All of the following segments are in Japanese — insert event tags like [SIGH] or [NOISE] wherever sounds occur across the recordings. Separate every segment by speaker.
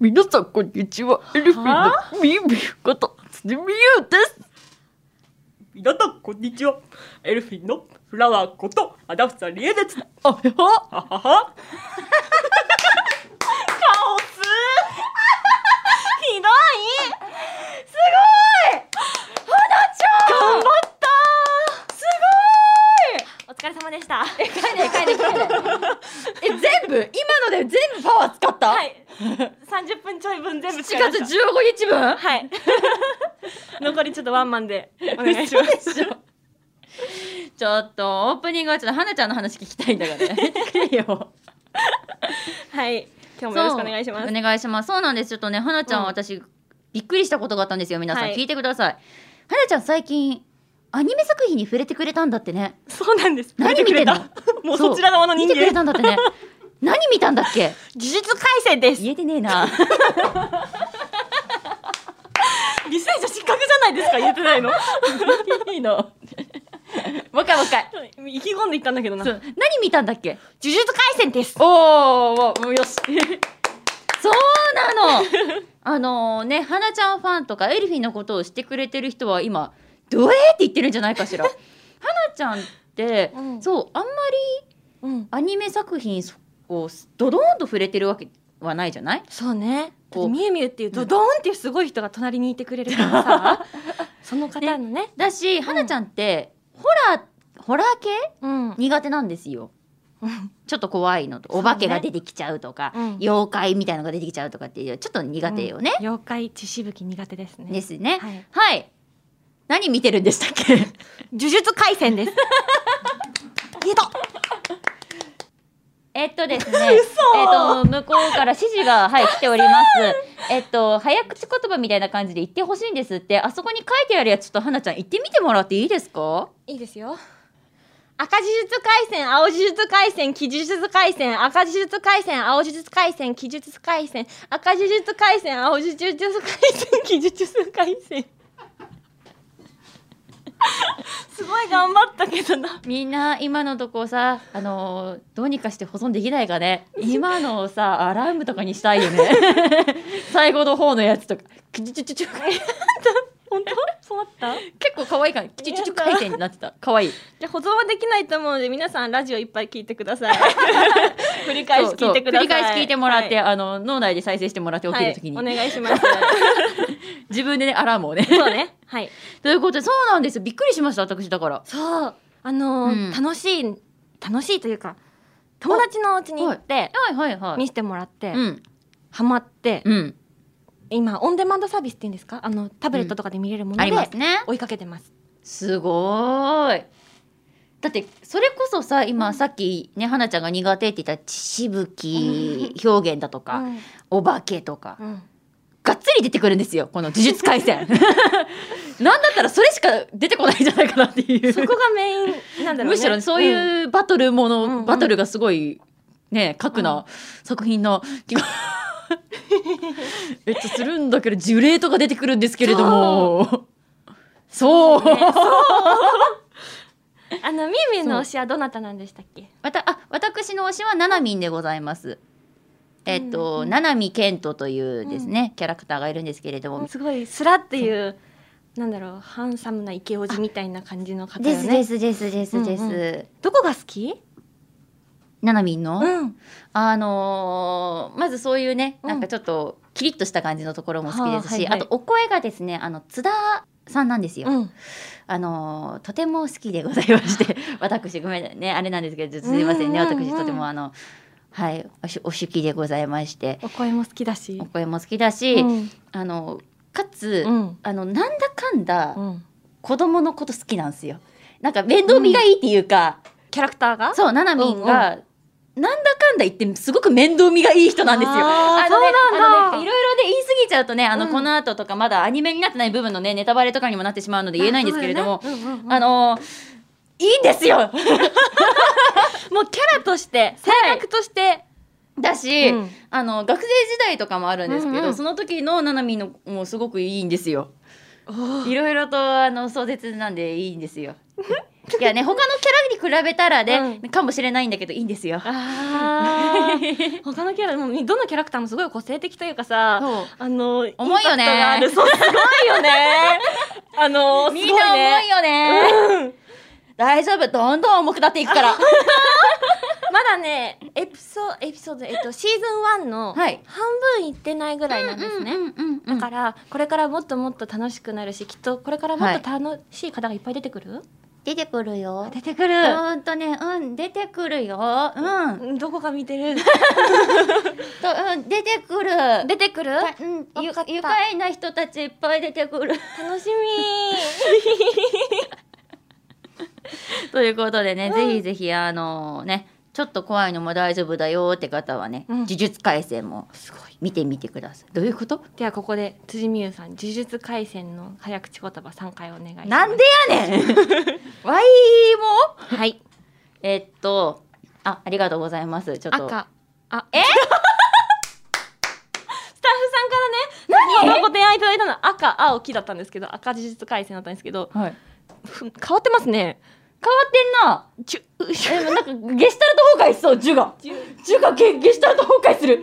Speaker 1: 皆さんこんにちはエルフィンのみゆみゆことつねみゆうです
Speaker 2: 皆さんこんにちはエルフィンのフラワーことアダプターリエですは
Speaker 1: あや
Speaker 2: ははカオスひどいすごい
Speaker 3: 頑張った
Speaker 2: す
Speaker 3: お疲れ様でした。
Speaker 1: え帰れ帰れ帰れえ全部今ので全部パワー使った、
Speaker 3: はい。三十分ちょい分全部
Speaker 1: 7
Speaker 3: 使いま
Speaker 1: 月
Speaker 3: した
Speaker 1: 15日分
Speaker 3: はい。残りちょっとワンマンでお願いします。
Speaker 1: 嘘でしょちょっとオープニングはちょっと花ちゃんの話聞きたいんだからやめてくれよ
Speaker 3: はい。今日もよろしくお願いしま
Speaker 1: [LAUGHS] そう
Speaker 3: す。
Speaker 1: お願いします。そうなんです。ちょっとね、はなちゃん、
Speaker 3: うん
Speaker 1: 私、びっくりしたことがあったんですよ。皆さん、
Speaker 3: はい
Speaker 1: 聞いてください。はなちゃん、最近、アニメ作品に触れてくれたんだってね。
Speaker 3: そうなんです。
Speaker 1: 何見てんの
Speaker 3: くれたもうそちら側の人
Speaker 1: 見てくれ
Speaker 3: 間。
Speaker 1: たんだって
Speaker 3: [LAUGHS]
Speaker 1: ね。何見たんだっけ
Speaker 3: 技術改正です。
Speaker 1: 言えてねえ
Speaker 3: [LAUGHS]
Speaker 1: な。
Speaker 3: リセージ失格じゃないですか。言って [LAUGHS] ないの。
Speaker 1: いいの。もう一回もう一回。
Speaker 3: 意気込んでいったんだけどな。
Speaker 1: そ
Speaker 3: 呪
Speaker 1: う何見たんだっけ
Speaker 3: 術改正です。
Speaker 1: おおもう
Speaker 3: [LAUGHS]
Speaker 1: よしそうなのあのね花ちゃんファンとかエルフィンのことをしてくれてる人は今ドエーって言ってるんじゃないか
Speaker 3: [LAUGHS]
Speaker 1: しら花ちゃんって、
Speaker 3: うん
Speaker 1: そうあんまり
Speaker 3: うん。
Speaker 1: アニメ作品をドドーンと触れてるわけはないじゃない
Speaker 3: そうね。だ
Speaker 1: こ
Speaker 3: っ
Speaker 1: う
Speaker 3: てみゆみゆっていうドドーンっていうすごい人が隣にいてくれるから [LAUGHS] さ、その方のね、
Speaker 1: だし花ちゃんって、ホラーホラー系
Speaker 3: うん、
Speaker 1: 苦手なんですよちょっと怖いのと
Speaker 3: そう
Speaker 1: お
Speaker 3: ね
Speaker 1: 化けが出てきちゃうとか
Speaker 3: うん
Speaker 1: 妖怪みたいのが出てきちゃうとかっていうちょっと苦手よね、
Speaker 3: 妖怪血しぶき苦手ですね。
Speaker 1: ですね
Speaker 3: はい。
Speaker 1: はい。何見てるんでしたっけ
Speaker 3: 呪術廻戦です。言えた。
Speaker 1: [LAUGHS] えっと [LAUGHS] ですね、えっと、向こうから指示が、はい、来ております。えっと、早口言葉みたいな感じで言ってほしいんですって、あそこに書いてあるやつ、ちょっと花ちゃん言ってみてもらっていいですか
Speaker 3: [LAUGHS] いいですよ。赤呪術廻戦、青呪術廻戦、鬼呪術廻戦、赤呪術廻戦、青呪術廻戦、鬼呪術廻戦、赤呪術廻戦、青呪術廻戦、鬼呪術廻戦。 [LAUGHS] すごい頑張ったけどな。
Speaker 1: みんな、今のとこさ、あのーどうにかして保存できないか [LAUGHS] ね。今のをさ、アラームとかにしたいよね。 [LAUGHS] 最後の方のやつとか。キチュチュチュチュ
Speaker 3: [LAUGHS] 本当そうだったじ
Speaker 1: 結構可愛いから、キチュチュチュ回転になって
Speaker 3: [LAUGHS]
Speaker 1: た。可愛い。
Speaker 3: ゃあ保存はできないと思うので、皆さんラジオいっぱい聞いてください。 [LAUGHS] 繰り返し聞いてくださ
Speaker 1: そうそう繰り
Speaker 3: い。
Speaker 1: 返し聞いてもらって、
Speaker 3: は
Speaker 1: あの脳内で再生してもらって起きるときに、
Speaker 3: はい、お願いします
Speaker 1: 自分でねアラームをね
Speaker 3: そうねはい
Speaker 1: ということでそうなんですよびっくりしました私だから
Speaker 3: そうあのー
Speaker 1: うん
Speaker 3: 楽しい楽しいというか友達のお家に行って
Speaker 1: はいはいはい
Speaker 3: 見せてもらって、
Speaker 1: うん
Speaker 3: ハマって、
Speaker 1: うん
Speaker 3: 今オンデマンドサービスっていうんですかあのタブレットとかで見れるもの
Speaker 1: あ
Speaker 3: で、
Speaker 1: りますね
Speaker 3: 追いかけてます
Speaker 1: すごーいだってそれこそさ今さっきね花ちゃんが苦手って言った血しぶき表現だとか、
Speaker 3: うん
Speaker 1: お化けとか、
Speaker 3: うん
Speaker 1: がっつり出てくるんですよこの呪術廻
Speaker 3: [LAUGHS]
Speaker 1: 戦なんだったらそれしか出てこないんじゃないかなっていう
Speaker 3: そこがメインなんだろうね
Speaker 1: [LAUGHS] むしろねそう
Speaker 3: うん
Speaker 1: いうバトルもの、
Speaker 3: うんうん
Speaker 1: バトルがすごいね核な作品の気がめっちゃするんだけど呪霊とか出てくるんですけれどもそう [LAUGHS]
Speaker 3: あのみゆみゆの推しはどなたなんでしたっけ
Speaker 1: またあ私の推しはななみんでございますえっ
Speaker 3: うん
Speaker 1: と
Speaker 3: うん
Speaker 1: ななみけんとというですね、キャラクターがいるんですけれども、
Speaker 3: すごいスラっていうなんだろうハンサムなイケオジみたいな感じの方
Speaker 1: で
Speaker 3: よ
Speaker 1: すで
Speaker 3: ね
Speaker 1: すですですです、
Speaker 3: うんどこが好き
Speaker 1: ななみんの、
Speaker 3: うん
Speaker 1: あのーまずそういうね、
Speaker 3: うん
Speaker 1: なんかちょっとキリッとした感じのところも好きですし、
Speaker 3: はあはいは
Speaker 1: あ
Speaker 3: い
Speaker 1: とお声がですねあの津田さんなんですよ、
Speaker 3: うん
Speaker 1: あのーとても好きでございまして [LAUGHS] 私ごめんねあれなんですけどすいませんね
Speaker 3: うんうんうん
Speaker 1: 私とてもあのはいおしお手記でございまして
Speaker 3: お声も好きだし
Speaker 1: お声も好きだし、
Speaker 3: うん
Speaker 1: あのかつ、
Speaker 3: うん
Speaker 1: あのなんだかんだ
Speaker 3: うん
Speaker 1: 子供のこと好きなんですよなんか面倒見がいいっていうか、
Speaker 3: キャラクターが
Speaker 1: そう、ななみんが、なんだかんだ言って、すごく面倒見がいい人なんですよ。
Speaker 3: あー
Speaker 1: のね、
Speaker 3: そうなんだ
Speaker 1: あのねいろいろね、言い過ぎちゃうとね、あの、
Speaker 3: うん
Speaker 1: この後とか、まだアニメになってない部分のね、ネタバレとかにもなってしまうので言えないんですけれども、
Speaker 3: あそうだよねうんうんうん
Speaker 1: あのー、いいん
Speaker 3: [LAUGHS]
Speaker 1: ですよ
Speaker 3: もうキャラとして性格として
Speaker 1: だし、
Speaker 3: うん
Speaker 1: あの、学生時代とかもあるんですけど、
Speaker 3: うんうん
Speaker 1: その時のななみんの、もうすごくいいんですよ。
Speaker 3: おー [LAUGHS]
Speaker 1: いろいろと、あの、壮絶なんでいいんですよ。いやね他のキャラに比べたらね、
Speaker 3: う
Speaker 1: かもしれないんだけどいいんですよ。
Speaker 3: あ
Speaker 1: [LAUGHS]
Speaker 3: ー他のキャラもうどのキャラクターもすごい個性的というかさ
Speaker 1: そう
Speaker 3: あの
Speaker 1: 重いよね
Speaker 3: インパクトがあ
Speaker 1: [LAUGHS]
Speaker 3: るそうすごいよねあの [LAUGHS] すごい
Speaker 1: み
Speaker 3: ね
Speaker 1: んな重いよね。大丈夫、どんどん重くなっていくから。
Speaker 3: まだねエピソエピソードえっとシーズン1の
Speaker 1: は
Speaker 3: 半
Speaker 1: い
Speaker 3: 分いってないぐらいなんですね、
Speaker 1: うんうんうんうん
Speaker 3: だからこれからもっともっと楽しくなるしきっとこれからもっと楽しい方がいっぱい出てくる、
Speaker 1: 出てくるよ。
Speaker 3: 出てくる
Speaker 1: ほんとね、うん、出てくるよ。うん。と、
Speaker 3: うんどこか見て [LAUGHS] る
Speaker 1: うん、出てくる。
Speaker 3: 出てくる
Speaker 1: たうん、ゆ
Speaker 3: わかった
Speaker 1: 愉快な人たちいっぱい出てくる。
Speaker 3: 楽し
Speaker 1: [LAUGHS] ということでね、ぜひぜひ、あのね、ちょっと怖いのも大丈夫だよって方はね、
Speaker 3: うん
Speaker 1: 呪術廻戦も
Speaker 3: み [LAUGHS] すごい
Speaker 1: 見てみてください。どういうこと
Speaker 3: ではここで辻美優さん呪術廻戦の早口言葉三回お願いします
Speaker 1: なんでやねんわいも
Speaker 3: はい
Speaker 1: えっと、あ、ありがとうございます。ちょっと。
Speaker 3: 赤あえ [LAUGHS] スタッフさんからねご提案いただいたのは赤青黄だったんですけど赤呪術廻戦だったんですけど
Speaker 1: はい。
Speaker 3: ふ変わってますね
Speaker 1: 変わ
Speaker 3: ちゅう
Speaker 1: ってんな。でもなんかゲシュタルト崩壊しそう、ジュが。ジュがゲゲシュタルト崩壊する。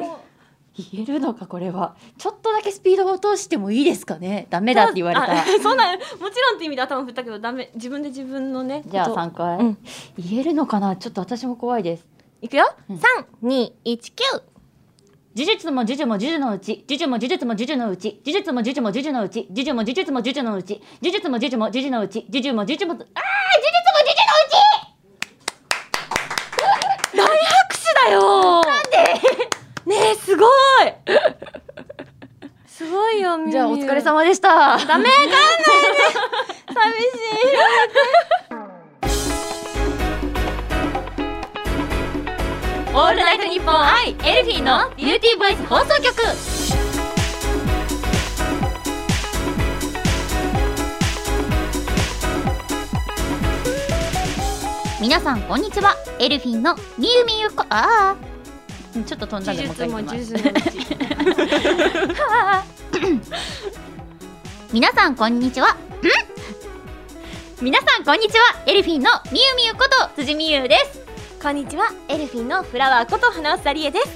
Speaker 1: 言えるのかこれは。ちょっとだけスピードを落としてもいいですかね。ダメだって言われ
Speaker 3: あ
Speaker 1: た。
Speaker 3: そうなんもちろんって意味で頭振ったけどダメ自分で自分のね
Speaker 1: じゃあ
Speaker 3: こと
Speaker 1: 三回、
Speaker 3: うん
Speaker 1: 言えるのかな。ちょっと私も怖いです。
Speaker 3: いくよ
Speaker 1: うん
Speaker 3: 三二一九
Speaker 1: 呪術も呪術も呪術のうち、呪術も呪術も呪術のうち、呪術も呪術も呪術のうち、呪術も呪術も呪術のうち、呪術も呪術も呪術のうち、呪術も呪術も、ああ、呪術も呪術のうち。
Speaker 3: 大拍手だよなんでねえすごいすごいよみゆ
Speaker 1: じゃあお疲れ様でした。ダメ
Speaker 3: 寂しい
Speaker 1: オールナイトニッポン愛エルフィーのビューティーボイス放送局皆さんこんにちはエルフィーのみゆみゆこああちょっと飛んだんで
Speaker 3: 呪
Speaker 1: もう一
Speaker 3: 術
Speaker 1: 回
Speaker 3: も
Speaker 1: 行きま
Speaker 3: 呪
Speaker 1: す
Speaker 3: 術のうち
Speaker 1: 皆さんこんにちはん皆さんこんにちはエルフィーのみゆみゆこと辻みゆです
Speaker 3: [LAUGHS] こんにちはエルフィンのフラワーこと花尾りえです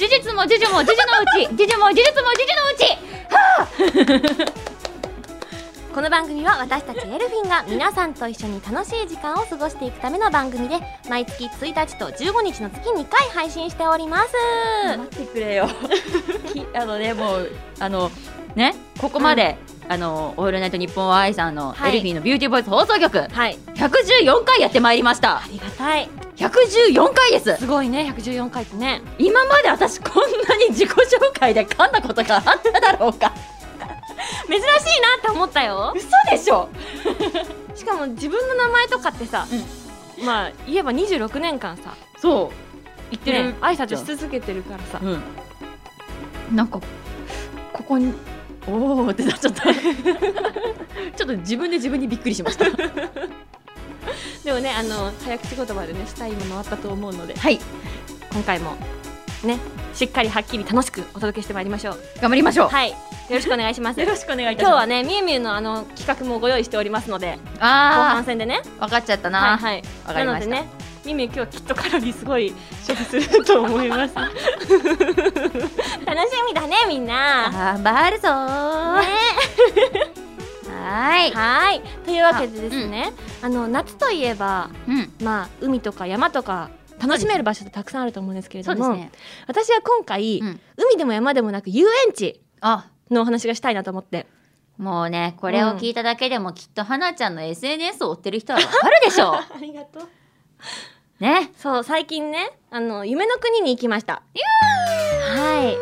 Speaker 1: 呪術も呪術も呪術のうち [LAUGHS] 呪術も呪術も呪術のうち
Speaker 3: この番組は私たちエルフィンが皆さんと一緒に楽しい時間を過ごしていくための番組で毎月1日と15日の月2回配信しております
Speaker 1: 待ってくれ [LAUGHS] よきあのねもうあのねここまで、あのオールナイトニッポンアイさんの
Speaker 3: はい
Speaker 1: エルフィーのビューティーボイス放送局、
Speaker 3: はい
Speaker 1: 114回やってまいりました
Speaker 3: ありがたい
Speaker 1: 114回です
Speaker 3: すごいね114回ってね
Speaker 1: 今まで私こんなに自己紹介で噛んだことがあっただろうか
Speaker 3: 珍しいなって思ったよ
Speaker 1: 嘘でしょ
Speaker 3: しかも自分の名前とかってさ、まあ言えば26年間さ
Speaker 1: そう
Speaker 3: 言って
Speaker 1: る
Speaker 3: ね、挨拶し続けてるからさ
Speaker 1: うん、なんかここにおおってなっち [LAUGHS] ゃったちょっと自分で自分にびっくりしました
Speaker 3: でもねあの早口言葉でねしたいものあったと思うので
Speaker 1: はい
Speaker 3: 今回もねしっかりはっきり楽しくお届けしてまいりましょう
Speaker 1: 頑張りましょう、
Speaker 3: はいよろしくお願いし [LAUGHS] ます
Speaker 1: しくお願い
Speaker 3: 今日はねみゆみゆのあの企画もご用意しておりますので後
Speaker 1: あ
Speaker 3: 半戦でね
Speaker 1: あ分かっちゃったな、
Speaker 3: はいはい
Speaker 1: わかりました
Speaker 3: なのでねみゆみゆ今日きっとカロリーすごい消費すると思います楽しみだねみんな
Speaker 1: 頑張るぞーはーい
Speaker 3: はいというわけでですねあ,、の夏といえば
Speaker 1: うん
Speaker 3: まあ海とか山とか楽しめる場所ってたくさんあると思うんですけれ
Speaker 1: そ
Speaker 3: ど
Speaker 1: うです
Speaker 3: も、
Speaker 1: ね
Speaker 3: 私は今回、
Speaker 1: うん
Speaker 3: 海でも山でもなく遊園地
Speaker 1: あ
Speaker 3: のお話がしたいなと思って
Speaker 1: もうねこれを聞いただけでもきっとはなちゃんの SNS を追ってる人はわかるでしょ
Speaker 3: ありがとう
Speaker 1: [LAUGHS] うね
Speaker 3: そう最近ねあの夢の国に行きました
Speaker 1: はい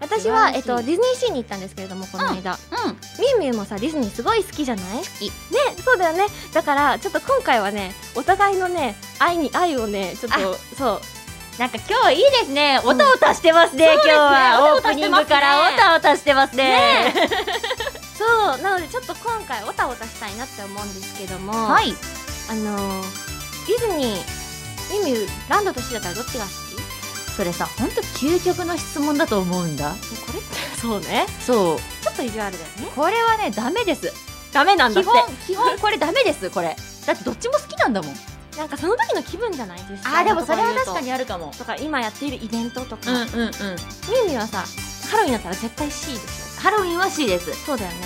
Speaker 3: 私は、え
Speaker 1: 素晴らし
Speaker 3: っと、
Speaker 1: い
Speaker 3: ディズニーシーに行ったんですけれどもこの間、
Speaker 1: うん
Speaker 3: みゆみゆもさディズニーすごい好きじゃないねそうだよねだからちょっと今回はねお互いのね愛に愛をねちょっとそう
Speaker 1: なんか今日いいですね。おたおたしてますね。
Speaker 3: うん
Speaker 1: 今日はオ
Speaker 3: そう
Speaker 1: ー
Speaker 3: ですね
Speaker 1: プニングからおたおたしてますね。
Speaker 3: そうなのでちょっと今回おたおたしたいなって思うんですけども、
Speaker 1: はい。
Speaker 3: あのディズニーみゆみゆランドとシーだったらどっちが好き
Speaker 1: それさ、本当究極の質問だと思うんだ。
Speaker 3: これって [LAUGHS] そうね
Speaker 1: そう。
Speaker 3: ちょっと意地悪だよね
Speaker 1: これはねダメです。
Speaker 3: ダメなんだ
Speaker 1: 基
Speaker 3: って
Speaker 1: 本基本これダメですこれだってどっちも好きなんだもん
Speaker 3: なんかその時の気分じゃないです
Speaker 1: あーでもそれは確かにあるかも
Speaker 3: とか今やっているイベントとか、
Speaker 1: うんうんうん
Speaker 3: ミンミンはさハロウィンだったら絶対 C でしょ
Speaker 1: ハロウィンは C です
Speaker 3: そうだよね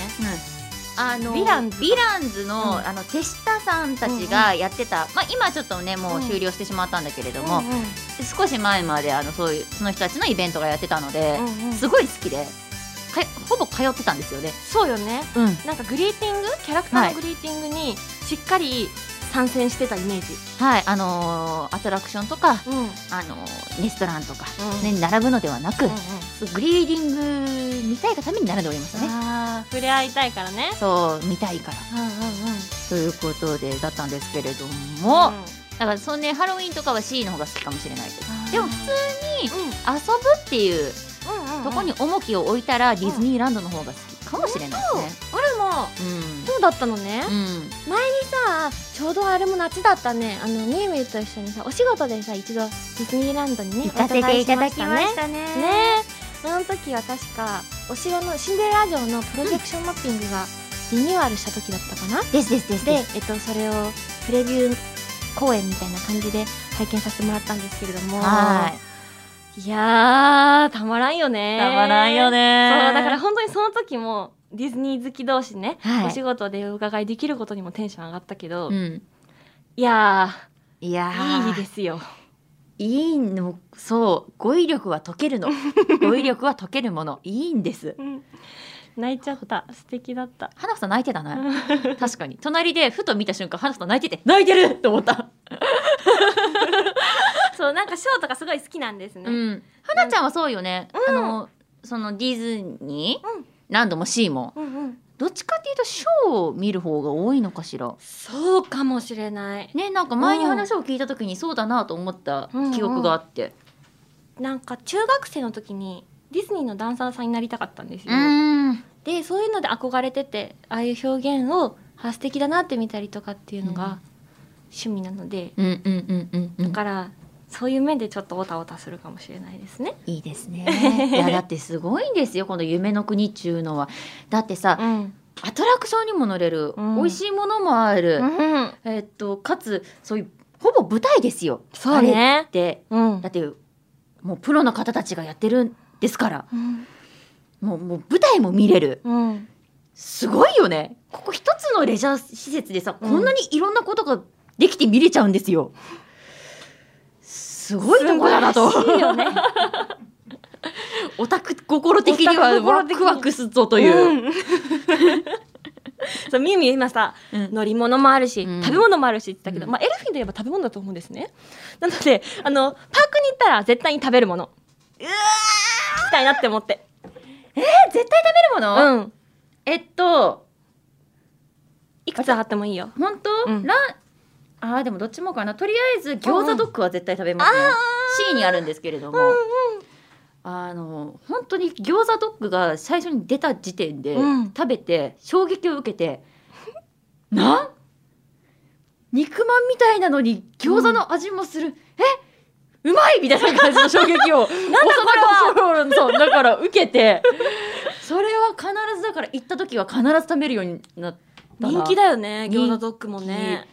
Speaker 1: あの
Speaker 3: ヴィランズ
Speaker 1: ヴィランズの,、
Speaker 3: うん
Speaker 1: あの手下さんたちがやってた、まあ、今ちょっとねもう
Speaker 3: うん
Speaker 1: 終了してしまったんだけれど
Speaker 3: で
Speaker 1: も、少し前まであのそういうその人たちのイベントがやってたので、すごい好きでかほぼ通ってたんですよね、
Speaker 3: そうよね
Speaker 1: うん、
Speaker 3: なんかグリーティングキャラクター
Speaker 1: はい
Speaker 3: のグリーティングにしっかり参戦してたイメージ、
Speaker 1: はいあのーアトラクションとか、
Speaker 3: うん
Speaker 1: あのーレストランとか、
Speaker 3: うん
Speaker 1: ね、並ぶのではなく、
Speaker 3: うんうん
Speaker 1: グリーディング見たいがために並んでおりましたね
Speaker 3: あー触れ合いたいからね
Speaker 1: そう見たいから
Speaker 3: うんうんうん
Speaker 1: ということでだったんですけれども、
Speaker 3: も
Speaker 1: だからそんねハロウィンとかは C の方が好きかもしれないです
Speaker 3: う
Speaker 1: でも普通に
Speaker 3: うん
Speaker 1: 遊ぶっていう
Speaker 3: うんうんうん
Speaker 1: とこに重きを置いたらディズニーランドの方が好きかもしれない
Speaker 3: そう
Speaker 1: ですね。
Speaker 3: 俺もそうだったのね
Speaker 1: うん、うん、
Speaker 3: さあちょうどあれも夏だったねあのみゆみゆと一緒にさお仕事でさ一度ディズニーランドにね
Speaker 1: 行かせていただきま
Speaker 3: ね
Speaker 1: したね。
Speaker 3: ねあの時は確かお城のシンデレラ城のプロジェクションマッピングがリニューアルした時だったかな、
Speaker 1: ですですです
Speaker 3: で
Speaker 1: で、
Speaker 3: えっと、それをプレビュー公演みたいな感じで拝見させてもらったんですけれども
Speaker 1: はい。
Speaker 3: いやーたまらんよね
Speaker 1: たまらんよね。
Speaker 3: そうだから本当にその時もディズニー好き同士ね、
Speaker 1: はい
Speaker 3: お仕事でお伺いできることにもテンション上がったけど、
Speaker 1: うん。
Speaker 3: いや
Speaker 1: いや。
Speaker 3: ーいいですすよ
Speaker 1: いいの、そう、語彙力は解け [LAUGHS] るの。語彙力は解けるもの、いいんです。
Speaker 3: うん泣いちゃった素敵だった
Speaker 1: 花子さん泣いてたな。確かに。隣でふと見た瞬間、花子さん泣いてて、泣いてると思った。
Speaker 3: [LAUGHS] そうなんかショーとかすごい好きなんですね、
Speaker 1: うん。花ちゃんはそうよね。あの、そのディズニー、
Speaker 3: うん
Speaker 1: ランドも C も。
Speaker 3: うんうん、
Speaker 1: どっちかっていうとショーを見る方が多いのかしら
Speaker 3: そうかもしれない
Speaker 1: ねなんか前に話を聞いた時にそうだなと思った記憶があって
Speaker 3: なんか中学生の時にディズニーのダンサーさんになりたかったんですよ、
Speaker 1: んん
Speaker 3: でそういうので憧れててああいう表現をあ素敵だなって見たりとかっていうのが趣味なので、
Speaker 1: うんうんうんうん
Speaker 3: だからそういう面でちょっとオタオタするかもしれないですね。
Speaker 1: いいですねいやだってすごいんですよこの夢の国っちゅうのはだってさ
Speaker 3: うん、
Speaker 1: アトラクションにも乗れる、
Speaker 3: うん
Speaker 1: 美味しいものもある、
Speaker 3: うん、
Speaker 1: えっとかつそういうほぼ舞台ですよ
Speaker 3: そう
Speaker 1: あれ
Speaker 3: ね
Speaker 1: っ。て
Speaker 3: うん
Speaker 1: だっ、てもうプロの方たちがやってるんですから
Speaker 3: うん、
Speaker 1: もうもう舞台も見れる
Speaker 3: うん、
Speaker 1: すごいよねここ一つのレジャー施設でさ、
Speaker 3: うん
Speaker 1: こんなにいろんなことができて見れちゃうんですよすごいとこだなと
Speaker 3: 素晴らしいよね。
Speaker 1: [LAUGHS] オタク心的に
Speaker 3: オタ
Speaker 1: は
Speaker 3: ク心
Speaker 1: ワ
Speaker 3: 的に
Speaker 1: クワクするぞという、
Speaker 3: うん。そうミュウミュウ今さ
Speaker 1: うん
Speaker 3: 乗り物もあるし、
Speaker 1: うん
Speaker 3: 食べ物もあるしって言ったけど、
Speaker 1: うん
Speaker 3: まあ、エルフィンで言えば食べ物だと思うんですねなのであのパークに行ったら絶対に食べるものうわ行きたいなって思って
Speaker 1: え絶対食べるも
Speaker 3: う
Speaker 1: の、
Speaker 3: ん
Speaker 1: えっと
Speaker 3: いくつあってもいいよ
Speaker 1: 本当、
Speaker 3: うん
Speaker 1: ランあーでもどっちもかなとりあえず餃子ドッグは絶対食べますね、C にあるんですけれども、あの本当に餃子ドッグが最初に出た時点で、
Speaker 3: うん
Speaker 1: 食べて衝撃を受けてなん肉まんみたいなのに餃子の味もする、えうまいみたいな感じの衝撃をなんだこれはそうだから受けてそれは必ずだから行った時は必ず食べるようになったな
Speaker 3: 人気だよね
Speaker 1: 人気
Speaker 3: 餃子ドッグもね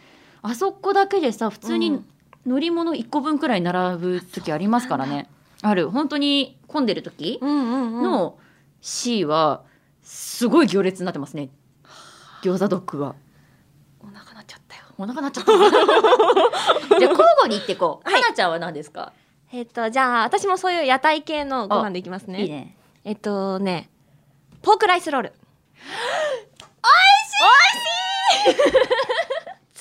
Speaker 1: あそこだけでさ普通
Speaker 3: う
Speaker 1: に
Speaker 3: ん
Speaker 1: 乗り物1個分くらい並ぶ時ありますからね、ある本当に混んでる時
Speaker 3: うんうんうん
Speaker 1: の C はすごい行列になってますね餃子ドッグは
Speaker 3: お腹なっちゃったよ
Speaker 1: お腹なっちゃった [LAUGHS] じゃあ交互に行っていこう、
Speaker 3: はい
Speaker 1: はなちゃんは何ですか
Speaker 3: えっ、とじゃあ私もそういう屋台系のご飯でいきますね
Speaker 1: いいね
Speaker 3: えっ、とねポークライスロールおいしいおいし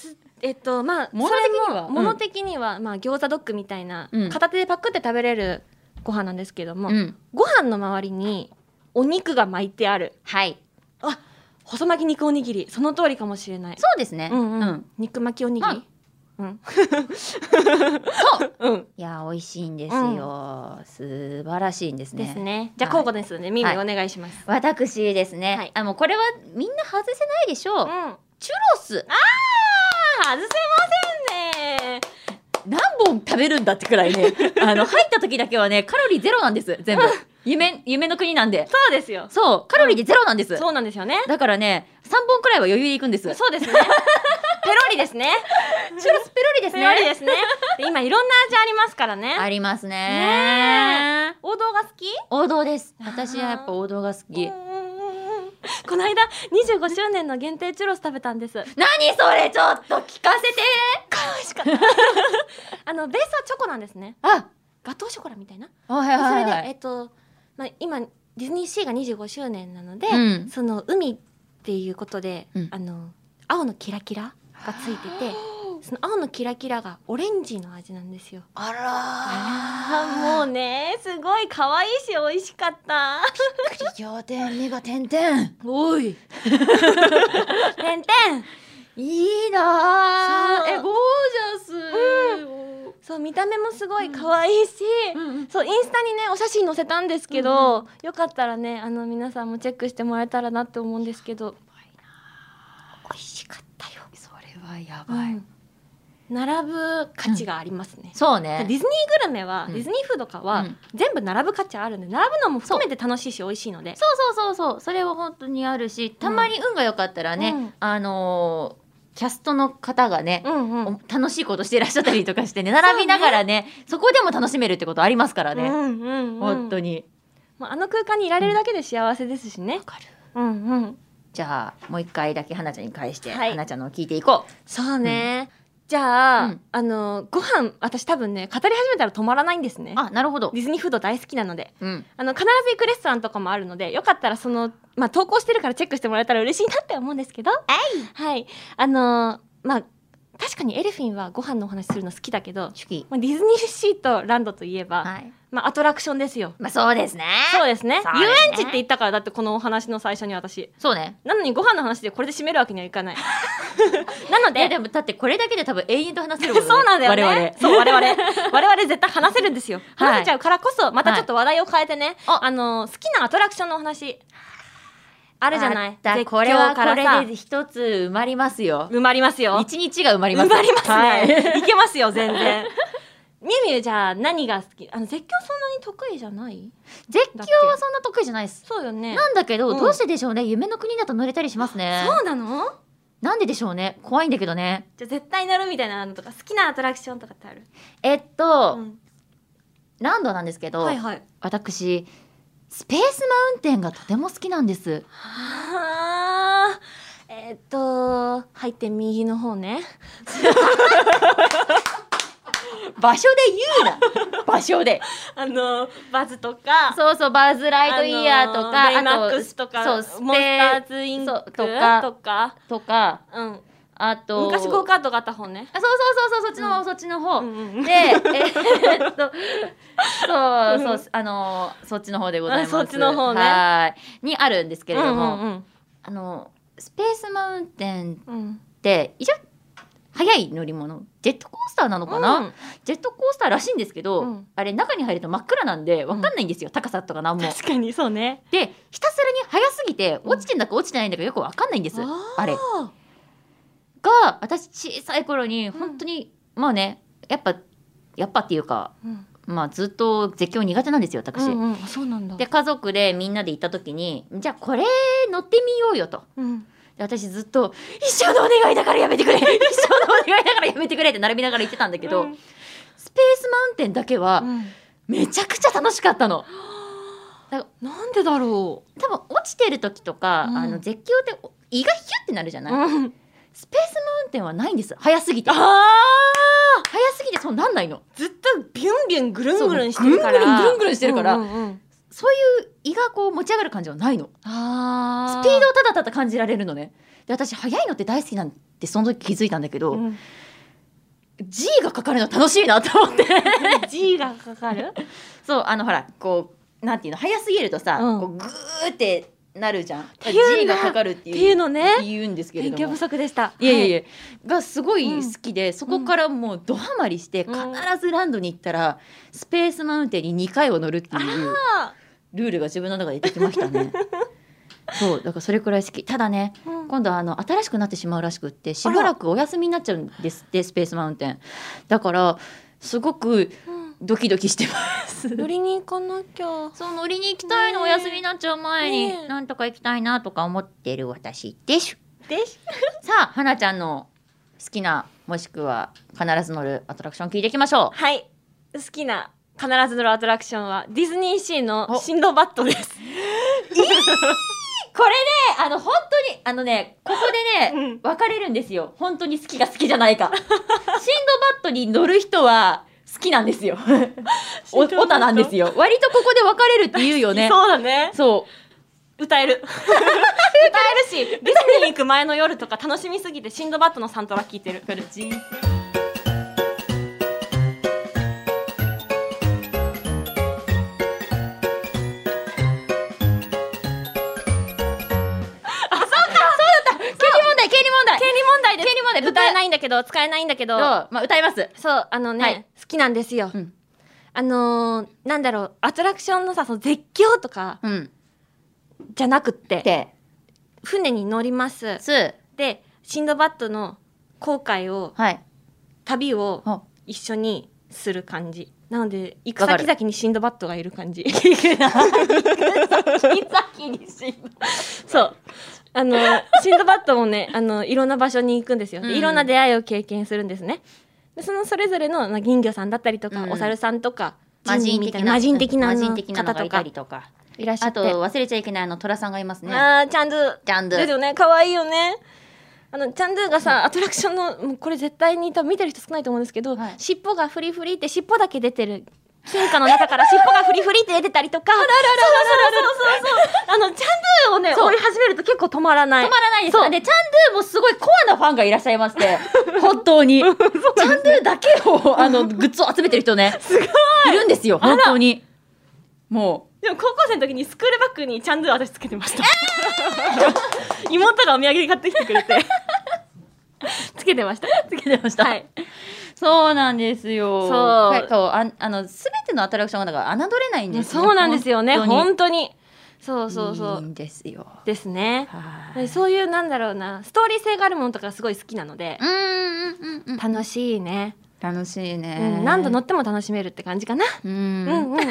Speaker 3: い [LAUGHS] えっとまあ
Speaker 1: 物
Speaker 3: それ
Speaker 1: 的には
Speaker 3: も物的には、まあ餃子ドッグみたいな、
Speaker 1: うん
Speaker 3: 片手でパクって食べれるご飯なんですけども、
Speaker 1: うん
Speaker 3: ご飯の周りにお肉が巻いてある
Speaker 1: はい
Speaker 3: 細巻き肉おにぎりその通りかもしれない
Speaker 1: そうですね
Speaker 3: うんうん、肉巻きおにぎり、うん、そう、うん、
Speaker 1: いや美味しいんですよ、素晴らしいんですね
Speaker 3: ですねじゃあ交互ですので、ミミお願いします、
Speaker 1: 私ですね、
Speaker 3: はい
Speaker 1: あもうこれはみんな外せないでしょう、
Speaker 3: うん
Speaker 1: チュロス
Speaker 3: 外せませんね [LAUGHS]
Speaker 1: 何本食べるんだってくらいねあの入った時だけはねカロリーゼロなんです全部夢夢の国なんで
Speaker 3: そうですよ
Speaker 1: そうカロリーでゼロなんです、
Speaker 3: そうなんですよね
Speaker 1: だからね3本くらいは余裕でいくんです
Speaker 3: そうですねペロリですね
Speaker 1: チュロスペロリです
Speaker 3: ペロリ
Speaker 1: ね
Speaker 3: ですねで今いろんな味ありますからね
Speaker 1: ありますね
Speaker 3: ね王道が好き
Speaker 1: 王道です私はやっぱ王道が好き
Speaker 3: この間25周年の限定チュロス食べたんです
Speaker 1: 何それちょっと聞かせて
Speaker 3: 美味しかったあのベースはチョコなんですね
Speaker 1: あ
Speaker 3: ガトーショコラみたいな
Speaker 1: あはい
Speaker 3: そ
Speaker 1: は
Speaker 3: れ
Speaker 1: い
Speaker 3: で、
Speaker 1: はい
Speaker 3: えっと、まあ、今ディズニーシーが25周年なので、
Speaker 1: うん
Speaker 3: その海っていうことで、
Speaker 1: うん
Speaker 3: あの青のキラキラがついててその青のキラキラがオレンジの味なんですよ
Speaker 1: あら
Speaker 3: あもう [LAUGHS] ねすごい可愛いし美味しかった
Speaker 1: びっくり仰天目が点々
Speaker 3: おいてんてん
Speaker 1: いいなあ
Speaker 3: そう
Speaker 1: えゴージャス、
Speaker 3: そう見た目もすごい可愛いし、
Speaker 1: うん
Speaker 3: そうインスタにねお写真載せたんですけど、よかったらねあの皆さんもチェックしてもらえたらなって思うんですけど美味しかったよ、
Speaker 1: それはやばい、
Speaker 3: うん並ぶ価値がありますね、
Speaker 1: そう
Speaker 3: デ
Speaker 1: ね
Speaker 3: ィズニーグルメは、
Speaker 1: うん
Speaker 3: ディズニーフードか
Speaker 1: う
Speaker 3: は
Speaker 1: ん
Speaker 3: 全部並ぶ価値あるんで並ぶのも含めて楽しいし美味しいので
Speaker 1: そうそうそうそうそれは本当にあるしたまに運が良かったらね、
Speaker 3: うん
Speaker 1: あのーキャストの方がね、
Speaker 3: うんう
Speaker 1: お
Speaker 3: ん
Speaker 1: 楽しいことしていらっしゃったりとかしてね並びながらねそこでも楽しめるってことありますからね、
Speaker 3: うんうんうん
Speaker 1: 本当に
Speaker 3: もうあの空間にいられるだけで幸せですしね
Speaker 1: かる
Speaker 3: うんうん
Speaker 1: じゃあもう一回だけ花ちゃんに返して、
Speaker 3: はい
Speaker 1: 花ちゃんのを聞いていこう
Speaker 3: そうね、じゃあ、
Speaker 1: うん
Speaker 3: あのご飯私多分ね語り始めたら止まらないんですね
Speaker 1: あなるほど
Speaker 3: ディズニーフード大好きなので
Speaker 1: うん
Speaker 3: あの必ず行くレストランとかもあるのでよかったらその、まあ、投稿してるからチェックしてもらえたら嬉しいなって思うんですけどはい、あのーまあ確かにエルフィンはご飯のお話するの好きだけど、
Speaker 1: 手記
Speaker 3: まあ、ディズニーシーとランドといえば、
Speaker 1: はい
Speaker 3: まあ、アトラクションですよ
Speaker 1: まあそうですね
Speaker 3: そうですね
Speaker 1: そうですね
Speaker 3: 遊園地って言ったからだってこのお話の最初に私
Speaker 1: そうね
Speaker 3: なのにご飯の話でこれで締めるわけにはいかないなの
Speaker 1: いや
Speaker 3: で
Speaker 1: でもだってこれだけで多分永遠と話せるもんね
Speaker 3: [LAUGHS] そうなんだよね
Speaker 1: 我々
Speaker 3: そう我々我々絶対話せるん [LAUGHS] ですよ
Speaker 1: はい
Speaker 3: 話せちゃうからこそまたちょっと話題を変えてね、
Speaker 1: あ
Speaker 3: あの好きなアトラクションのお話あるじゃな
Speaker 1: あっ
Speaker 3: い
Speaker 1: た
Speaker 3: 絶
Speaker 1: これは
Speaker 3: 叫から
Speaker 1: こ
Speaker 3: さ
Speaker 1: れで一つ埋まりますよ
Speaker 3: 埋まりますよ
Speaker 1: 一日が埋まります
Speaker 3: 埋まりますね、 [LAUGHS]
Speaker 1: はい
Speaker 3: い、けますよ全然 [LAUGHS] ミュウミュウじゃあ何が好きあの絶叫そんなに得意じゃない
Speaker 1: 絶叫はそんな得意じゃないです
Speaker 3: そうよね
Speaker 1: なんだけど、
Speaker 3: うん
Speaker 1: どうしてでしょうね夢の国だと乗れたりしますね
Speaker 3: そうなの
Speaker 1: なんででしょうね怖いんだけどね
Speaker 3: じゃあ絶対乗るみたいなのとか好きなアトラクションとかってある、
Speaker 1: えっと、
Speaker 3: うん
Speaker 1: ランドなんですけど、
Speaker 3: はいはい
Speaker 1: 私スペースマウンテンがとても好きなんです
Speaker 3: はあえーっと入って右の方ね
Speaker 1: 場所で言うな [LAUGHS] 場所で
Speaker 3: あのバズとか
Speaker 1: そうそうバーズライトイヤーとか、
Speaker 3: あのベイマックスとか
Speaker 1: そうスペ
Speaker 3: モンスターズインク
Speaker 1: そ
Speaker 3: と
Speaker 1: うと
Speaker 3: か
Speaker 1: かとか
Speaker 3: うん、
Speaker 1: あと
Speaker 3: 昔ゴーカートがあった方ね、
Speaker 1: あそうそうそうそうそっちの方、そっちの方、
Speaker 3: うんうんうん
Speaker 1: でえーっとそうそううんあのそっちの方でございます
Speaker 3: あそっちの方ね
Speaker 1: はーいにあるんですけれども、
Speaker 3: うんうん
Speaker 1: あのスペースマウンテン
Speaker 3: うんうん
Speaker 1: って一応速い乗り物ジェットコースターなのかな、
Speaker 3: うん
Speaker 1: ジェットコースターらしいんですけど、
Speaker 3: うん
Speaker 1: あれ中に入ると真っ暗なんでわかんないんですよ、高さとかなんも。
Speaker 3: 確かにそうね
Speaker 1: でひたすらに速すぎて落ちてんだか落ちてないんだかよくわかんないんです、
Speaker 3: あー
Speaker 1: あれが私小さい頃に本当に、まあねやっぱやっぱっていうか
Speaker 3: うん
Speaker 1: まあずっと絶叫苦手なんですよ私。
Speaker 3: うんうんあそうなんだ
Speaker 1: で家族でみんなで行った時にじゃあこれ乗ってみようよと。
Speaker 3: うん
Speaker 1: で私ずっと「一生のお願いだからやめ
Speaker 3: [LAUGHS]
Speaker 1: てくれ一生のお願いだからやめてくれ」って並びながら言ってたんだけど、
Speaker 3: うん
Speaker 1: スペースマウンテンだけは
Speaker 3: うん
Speaker 1: めちゃくちゃ楽しかったの。
Speaker 3: なんでだろ
Speaker 1: 多分落ちてる時とか、
Speaker 3: うん
Speaker 1: あの絶叫って胃がヒュッてなるじゃ
Speaker 3: う、
Speaker 1: ない、
Speaker 3: うん、
Speaker 1: スペースマウンテンはないんです早すぎて早
Speaker 3: あー
Speaker 1: すぎてそうなんないの
Speaker 3: ずっとビュンビュンぐるんぐるんしてるから
Speaker 1: そうぐるんぐるんぐるんぐるんしてるから
Speaker 3: うんうんうん
Speaker 1: そういう胃がこう持ち上がる感じはないのス
Speaker 3: あ
Speaker 1: ピードをただただ感じられるのねで私速いのって大好きなんてその時気づいたんだけど、
Speaker 3: うん
Speaker 1: G がかかるの楽しいなと思って [LAUGHS]
Speaker 3: G がかかる
Speaker 1: そうあのほらこうなんていうの速すぎるとさ、
Speaker 3: うん
Speaker 1: こうグーってなるじゃん
Speaker 3: ていうんだ
Speaker 1: G がかかるって
Speaker 3: っ
Speaker 1: いう
Speaker 3: ていうのね
Speaker 1: 言うんですけれ
Speaker 3: 勉
Speaker 1: ど
Speaker 3: 強
Speaker 1: も
Speaker 3: 不足でした
Speaker 1: いやいやい
Speaker 3: や
Speaker 1: や、がすごい好きで、そこからもうドハマりして、
Speaker 3: うん
Speaker 1: 必ずランドに行ったらスペースマウンテンに2回は乗るっていうルールが自分の中でできました
Speaker 3: [LAUGHS]
Speaker 1: ねそうだからそれくらい好きただね今度はあの新しくなってしまうらしくってしばらくお休みになっちゃうんですってスペースマウンテンだからすごくドキドキしてます。
Speaker 3: [LAUGHS] 乗りに行かなきゃ
Speaker 1: そう乗りに行きたいの、
Speaker 3: ね
Speaker 1: お
Speaker 3: え
Speaker 1: 休みになっちゃう前に、
Speaker 3: ねえ
Speaker 1: なんとか行きたいなとか思ってる私です。
Speaker 3: です
Speaker 1: さあはなちゃんの好きなもしくは必ず乗るアトラクション聞いていきましょう。
Speaker 3: はい好きな必ず乗るアトラクションはディズニーシーの
Speaker 1: お
Speaker 3: シンドバッドです
Speaker 1: これねあの本当にあのねここでね、
Speaker 3: うん
Speaker 1: 分かれるんですよ本当に好きが好きじゃないか。シン [LAUGHS] ドバッドに乗る人は好きなん
Speaker 3: [LAUGHS]
Speaker 1: ですよ。お
Speaker 3: シンドバッド
Speaker 1: オタなんですよ。割とここで分かれるって言うよね。
Speaker 3: そうだね
Speaker 1: そう [LAUGHS]
Speaker 3: 歌える歌え [LAUGHS] るしディズニー行く前の夜とか楽しみすぎてシンドバッドのサントラ聞いてる
Speaker 1: 権利問題権利問題
Speaker 3: 権利問題です
Speaker 1: 権利問題
Speaker 3: 歌えないんだけど使えないんだけど
Speaker 1: どうまあ歌います。
Speaker 3: そうあのね、
Speaker 1: はい
Speaker 3: 好きなんですよ、
Speaker 1: うん
Speaker 3: あのー、なんだろうアトラクションのさその絶叫とか
Speaker 1: うん。
Speaker 3: じゃなくって
Speaker 1: で、
Speaker 3: 船に乗ります
Speaker 1: す、
Speaker 3: でシンドバッドの航海を
Speaker 1: はい。
Speaker 3: 旅を
Speaker 1: [LAUGHS] あ
Speaker 3: 一緒にする感じなので行く
Speaker 1: わかる
Speaker 3: 先々にシンドバッドがいる感じ [LAUGHS]
Speaker 1: 先にし
Speaker 3: そうあのシンドバッドもねあのいろんな場所に行くんですよで
Speaker 1: うん
Speaker 3: いろんな出会いを経験するんですねでそのそれぞれの、まあ、銀魚さんだったりとか、
Speaker 1: うん
Speaker 3: お猿さんとか
Speaker 1: 魔
Speaker 3: 人
Speaker 1: 人
Speaker 3: み
Speaker 1: 的
Speaker 3: たい
Speaker 1: な
Speaker 3: な魔人的なあ
Speaker 1: 魔
Speaker 3: の
Speaker 1: 人的なの
Speaker 3: 方
Speaker 1: が
Speaker 3: と
Speaker 1: いた
Speaker 3: か
Speaker 1: りとか。
Speaker 3: いらっしゃ
Speaker 1: あ
Speaker 3: って
Speaker 1: と忘れちゃいけないあのトラさんがいますね。
Speaker 3: あーチャンドゥ
Speaker 1: ジャンド
Speaker 3: です
Speaker 1: ゥ。
Speaker 3: よね可愛いよねあのチャンドゥがさアトラクションのもうこれ絶対に多分見てる人少ないと思うんですけど、
Speaker 1: はい
Speaker 3: 尻尾がフリフリって尻尾だけ出てる金貨の中 [LAUGHS] から尻尾がフリフリって出てたりとかあらららそうそうそうそうそうあのチャンドゥをね
Speaker 1: そう
Speaker 3: 追い始めると結構止まらない
Speaker 1: 止まらないです。
Speaker 3: そう
Speaker 1: で、チャンドゥもすごいコアなファンがいらっしゃいまして、 [LAUGHS] 本当に。チャンドゥだけを、あの、グッズを集めてる人ね。すごいるんですよ、本当に。も
Speaker 3: でも高校生の時にスクールバッグにチャンドゥ私つけてました、妹がお土産で買ってきてくれ [LAUGHS] てつけてました
Speaker 1: う、つけてました。
Speaker 3: はい
Speaker 1: そうなんですよ。
Speaker 3: そう
Speaker 1: はいこうああの、すべてのアトラクションが、だから、侮れないんですよ
Speaker 3: そうなんですよね
Speaker 1: 本当に
Speaker 3: 本当にそうそうそう
Speaker 1: いいんですよ。
Speaker 3: ですね
Speaker 1: は
Speaker 3: で
Speaker 1: い。
Speaker 3: そういうなんだろうなストーリー性があるものとかすごい好きなので
Speaker 1: うんうんうんうん。
Speaker 3: 楽しいね、
Speaker 1: 楽しいね、
Speaker 3: うん、何度乗っても楽しめるって感じかな、
Speaker 1: う
Speaker 3: うんん、うん
Speaker 1: [LAUGHS]
Speaker 3: うん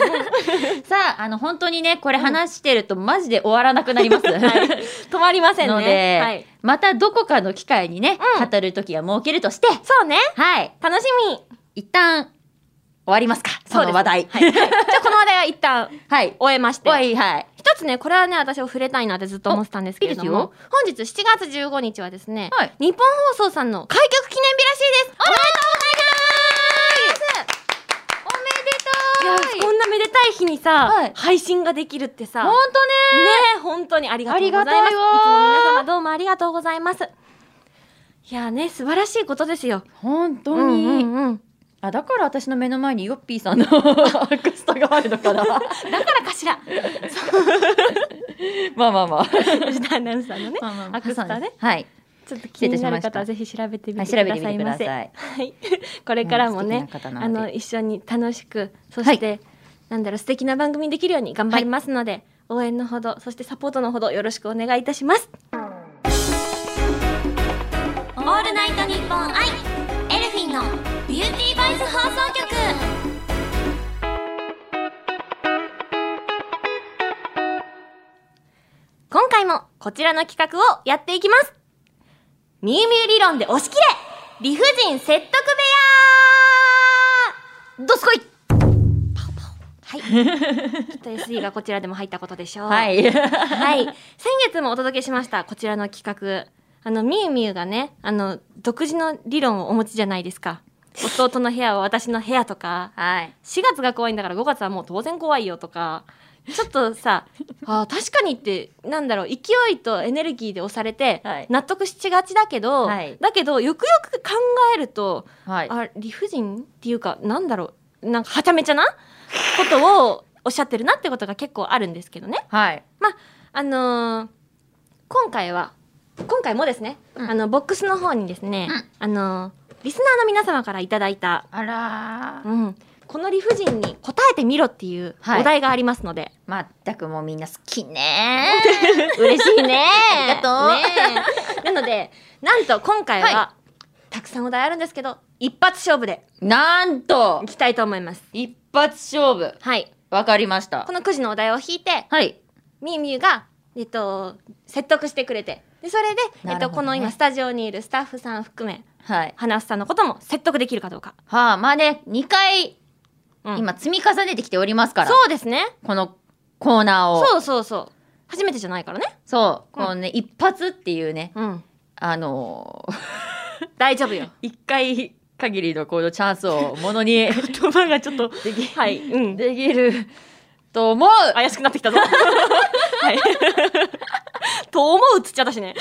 Speaker 1: さああの本当にねこれ話してるとマジで終わらなくなり [LAUGHS] ます、
Speaker 3: はい止まりませんね
Speaker 1: ので、
Speaker 3: はい、
Speaker 1: またどこかの機会にね、
Speaker 3: うん
Speaker 1: 語る時は設けるとして
Speaker 3: そうね
Speaker 1: はい
Speaker 3: 楽しみ
Speaker 1: 一旦終わりますか
Speaker 3: そ
Speaker 1: そ
Speaker 3: うです
Speaker 1: の話題 [LAUGHS]
Speaker 3: はい、じゃあこの話題は一旦
Speaker 1: はい
Speaker 3: 終えまして
Speaker 1: おいはい
Speaker 3: 一つねこれはね私を触れたいなってずっと思ってたんですけれども
Speaker 1: おいい
Speaker 3: 本日7月15日はですね、
Speaker 1: はい
Speaker 3: 日本放送さんの開局記念日らしい
Speaker 1: おめ
Speaker 3: です
Speaker 1: でとうございますおめでとう
Speaker 3: こんなめでたい日にさ、
Speaker 1: はい
Speaker 3: 配信ができるってさ
Speaker 1: 本当ね
Speaker 3: ねえ本当にありがとうございます
Speaker 1: あ
Speaker 3: い
Speaker 1: りが
Speaker 3: つも
Speaker 1: たいわ
Speaker 3: 皆様どうもありがとうございますいやーね素晴らしいことですよ
Speaker 1: 本当に、
Speaker 3: うんうんうん
Speaker 1: あだから私の目の前にヨッピーさんの [LAUGHS] アクスタがあるのかな
Speaker 3: [LAUGHS] だからかしら
Speaker 1: [LAUGHS] まあまあまあ
Speaker 3: 吉田アナウンサーのね
Speaker 1: まあまあまあ
Speaker 3: アクスタね
Speaker 1: はい
Speaker 3: ちょっと気になる方はぜひ調べてみ
Speaker 1: はい
Speaker 3: て
Speaker 1: 調
Speaker 3: くだ
Speaker 1: べてみ
Speaker 3: さ
Speaker 1: て
Speaker 3: い
Speaker 1: く
Speaker 3: ま
Speaker 1: だ
Speaker 3: せ
Speaker 1: さい
Speaker 3: はい、 [LAUGHS] これからも
Speaker 1: うん
Speaker 3: ね
Speaker 1: 素敵な方な
Speaker 3: あ
Speaker 1: ので
Speaker 3: の一緒に楽しくそして、なんだろう素敵な番組にできるように頑張りますので、応援のほどそしてサポートのほどよろしくお願いいたします
Speaker 4: オールナイトニッポンアイエルフィンのビューティーバイス放送局
Speaker 3: 今回もこちらの企画をやっていきますみゆみゆ理論で押し切れ理不尽説得部屋どすこい
Speaker 1: [LAUGHS]
Speaker 3: パオパオはい。きっと SE がこちらでも入ったことでしょう。
Speaker 1: はい
Speaker 3: [LAUGHS] はい。先月もお届けしました、こちらの企画。あの、みゆみゆがね、あの、独自の理論をお持ちじゃないですか。弟の部屋は私の部屋とか、
Speaker 1: はい
Speaker 3: 4月が怖いんだから5月はもう当然怖いよとか、ちょっ
Speaker 1: [LAUGHS]
Speaker 3: とさ、あー確かにって、なんだろう、勢いとエネルギーで押されて
Speaker 1: はい、
Speaker 3: 納得しがちだけど、
Speaker 1: はい
Speaker 3: だけど、よくよく考えると、
Speaker 1: はい
Speaker 3: あ理不尽っていうかなんだろうなんかはちゃめちゃなことをおっしゃってるなってことが結構あるんですけどね
Speaker 1: はい
Speaker 3: あのー今回は今回もですね、
Speaker 1: うん
Speaker 3: あのボックスの方にですね、
Speaker 1: うん
Speaker 3: あのーリスナーの皆様からいただいた、
Speaker 1: あらー
Speaker 3: うん、この理不尽に答えてみろっていう
Speaker 1: はい
Speaker 3: お題がありますので、
Speaker 1: まったくもうみんな好きね
Speaker 3: [LAUGHS] 嬉しいね
Speaker 1: ありがとう
Speaker 3: [LAUGHS] ねえなのでなんと今回は、
Speaker 1: は
Speaker 3: たくさんお題あるんですけど一発勝負で
Speaker 1: なんと
Speaker 3: いきたいと思います
Speaker 1: 一発勝負
Speaker 3: はい
Speaker 1: わかりました
Speaker 3: このくじのお題を引いて
Speaker 1: はい
Speaker 3: みゆみゆが、えっと、説得してくれてでそれで、え
Speaker 1: な
Speaker 3: っ
Speaker 1: る
Speaker 3: と、
Speaker 1: ほどね
Speaker 3: この今スタジオにいるスタッフさん含め
Speaker 1: はい
Speaker 3: 花さんのことも説得できるかどうか、
Speaker 1: はあまあね2回
Speaker 3: うん
Speaker 1: 今積み重ねてきておりますから、
Speaker 3: そうですね
Speaker 1: このコーナーを
Speaker 3: そうそうそう初めてじゃないからね
Speaker 1: そう
Speaker 3: うん
Speaker 1: このね一発っていうね
Speaker 3: うん
Speaker 1: あのー [LAUGHS]
Speaker 3: 大丈夫よ
Speaker 1: 一回限りのこのチャンスをもの
Speaker 3: [LAUGHS]
Speaker 1: に
Speaker 3: 言葉がちょっとはい、うん、
Speaker 1: できると思う
Speaker 3: 怪しくなってき
Speaker 1: [LAUGHS]
Speaker 3: たぞはいと思うっつっちゃった
Speaker 1: [LAUGHS]
Speaker 3: しね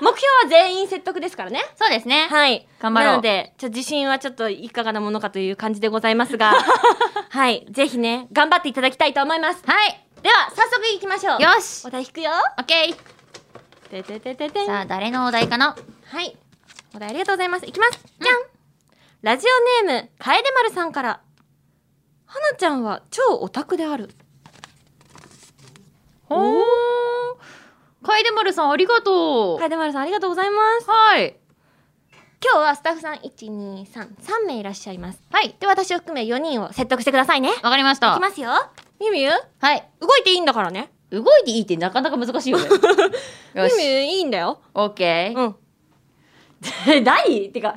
Speaker 3: 目標は全員説得ですからね
Speaker 1: そうですね
Speaker 3: はい。
Speaker 1: 頑張ろう
Speaker 3: なので、ちょ自信はちょっといかがなものかという感じでございますが、
Speaker 1: [LAUGHS]
Speaker 3: はい。ぜひね、頑張っていただきたいと思います。
Speaker 1: はい
Speaker 3: では、早速いきましょう。
Speaker 1: よし
Speaker 3: お題引くよ。
Speaker 1: オッケー
Speaker 3: てててててん
Speaker 1: さあ誰のお題かな
Speaker 3: はい。お題ありがとうございます。いきます。じゃん、ラジオネーム、楓丸さんから。はなちゃんは超オタクである。
Speaker 1: ほー楓丸さんありがと
Speaker 3: 楓丸さんありがとうございます。
Speaker 1: うはい
Speaker 3: 今日はスタッフさん、1、2、3、3名いらっしゃいます。
Speaker 1: はい
Speaker 3: で、私を含め4人を説得してくださいね。い
Speaker 1: わかりました
Speaker 3: きますよ。みゆみゆ、
Speaker 1: はい
Speaker 3: 動いていいんだからね。
Speaker 1: 動いていいってなかなか難しいよ
Speaker 3: [LAUGHS]
Speaker 1: ねよ
Speaker 3: みゆみ
Speaker 1: し
Speaker 3: ゆいいんだよ。
Speaker 1: オッケー
Speaker 3: う
Speaker 1: [LAUGHS]
Speaker 3: ん。
Speaker 1: 何ってか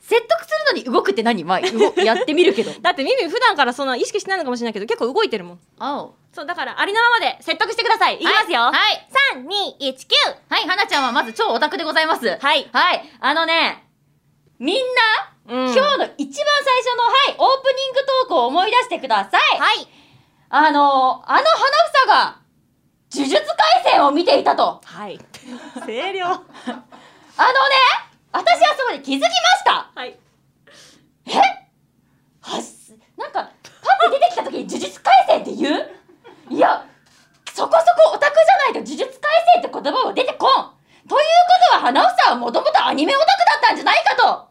Speaker 1: 説得するのに動くって何まあ動やってみる
Speaker 3: [LAUGHS]
Speaker 1: けど
Speaker 3: だってミミ普段からそんな意識してないのかもしれないけど結構動いてるもん
Speaker 1: 青
Speaker 3: そうだからありのままで説得してくださいいきますよ、
Speaker 1: [LAUGHS] はい、
Speaker 3: 3219
Speaker 1: はい、はなちゃんはまず超オタクでございますはい
Speaker 3: はい、
Speaker 1: あのねみんな、
Speaker 3: う
Speaker 1: 今
Speaker 3: ん
Speaker 1: 日の一番最初のはいオープニングトークを思い出してください、
Speaker 3: はい
Speaker 1: あのあの花房が呪術廻戦を見ていたと
Speaker 3: はい清涼 [LAUGHS] は
Speaker 1: あのね私はそこで気づきました
Speaker 3: い
Speaker 1: はっすなんかパッて出てきた時に呪術廻戦って言ういやそこそこオタクじゃないと呪術廻戦って言葉は出てこんということは花房はもともとアニメオタクだったんじゃないかと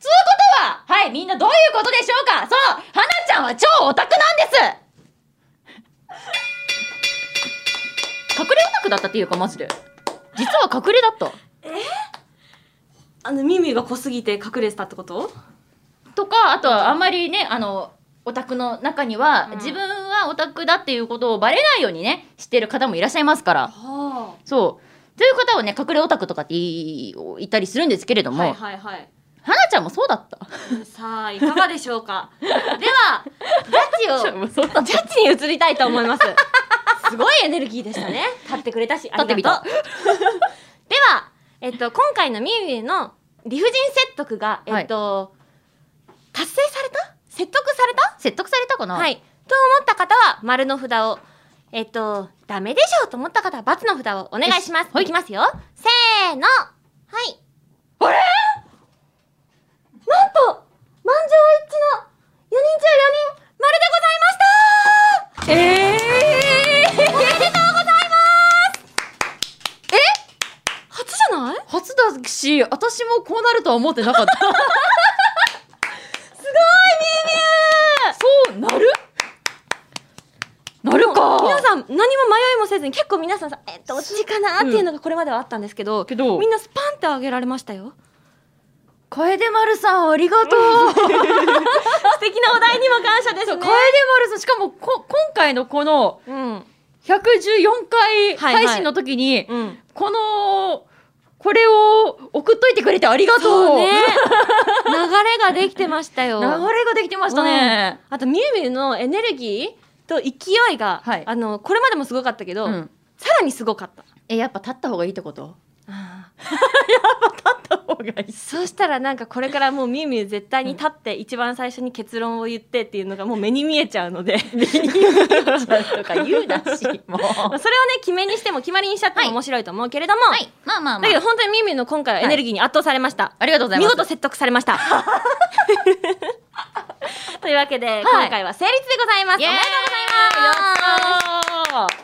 Speaker 1: つうことははいみんなどういうことでしょうかそう花ちゃんは超オタクなんです隠れオタクだったっていうかマジで実は隠れだった
Speaker 3: あのミミが濃すぎて隠れてたってこと
Speaker 1: とかあとはあんまりねあのオタクの中には、
Speaker 3: うん
Speaker 1: 自分はオタクだっていうことをバレないようにねしてる方もいらっしゃいますから
Speaker 3: は
Speaker 1: そうという方をね隠れオタクとかって言い言ったりするんですけれど
Speaker 3: あ
Speaker 1: も、
Speaker 3: はいはいはい
Speaker 1: はなちゃんもそうだった
Speaker 3: さあいかがでしょう [LAUGHS] か
Speaker 1: [LAUGHS]
Speaker 3: ではジャッジを
Speaker 1: そうだ
Speaker 3: ジャッジに移りたいと思いますすごいエネルギーでしたね立ってくれたしありがとう
Speaker 1: 立ってみ
Speaker 3: で
Speaker 1: た
Speaker 3: はえっと今回のミュウミュウの理不尽説得がえっと、達成された説得された
Speaker 1: [LAUGHS] 説得されたかな、
Speaker 3: はいと思った方は丸の札をえっとダメでしょうと思った方は×の札をお願いしま
Speaker 1: よ
Speaker 3: す、
Speaker 1: しはい
Speaker 3: い、きますよせーのはい
Speaker 1: あれ
Speaker 3: なんと満場一致の4人中4人丸でございました
Speaker 1: ええー、
Speaker 3: おめでとうございますえ初じゃない
Speaker 1: 初だし私もこうなるとは思ってなか
Speaker 3: [LAUGHS]
Speaker 1: ったすごいみゆみゆそうなるなるか
Speaker 3: 皆さん何も迷いもせずに結構皆さんさえどっちかなっていうのがこれまではあったんですけど,、
Speaker 1: けど
Speaker 3: みんなスパンって上げられましたよ
Speaker 1: 楓丸さんありが [LAUGHS] とう
Speaker 3: 素敵なお題にも感謝です
Speaker 1: そう、
Speaker 3: ね
Speaker 1: 楓丸さん、しかもこ、今回のこの
Speaker 3: うん
Speaker 1: 114回
Speaker 3: はいはい
Speaker 1: 配信の時に、
Speaker 3: うん
Speaker 1: この、これを送っといてくれてありがとう
Speaker 3: そうね流れができてましたよ
Speaker 1: 流れができてましたね。
Speaker 3: あとみゆみゆのエネルギーと勢いが、
Speaker 1: はい
Speaker 3: あのこれまでもすごかったけど、
Speaker 1: うん。
Speaker 3: さらにすごかった
Speaker 1: え、やっぱ立った方がいいってこと立った方がいい。
Speaker 3: そうしたらなんかこれからもうみゆみゆ絶対に立って一番最初に結論を言ってっていうのがもう目に見えちゃうのでそれ [LAUGHS] をね
Speaker 1: とか言うなし、 [LAUGHS] もう。は
Speaker 3: 決めにしても決まりにしちゃっても
Speaker 1: はい
Speaker 3: 面白いと思うけれども、
Speaker 1: い。まあまあま
Speaker 3: だけど
Speaker 1: あ。
Speaker 3: 本当にみゆみゆの今回はエネルギーに圧倒されました、
Speaker 1: ありがとうござい
Speaker 3: 見
Speaker 1: ます。
Speaker 3: 事説得されました [LAUGHS] というわけで、今回は成立でございますお
Speaker 1: イエーイ
Speaker 3: めでとうございます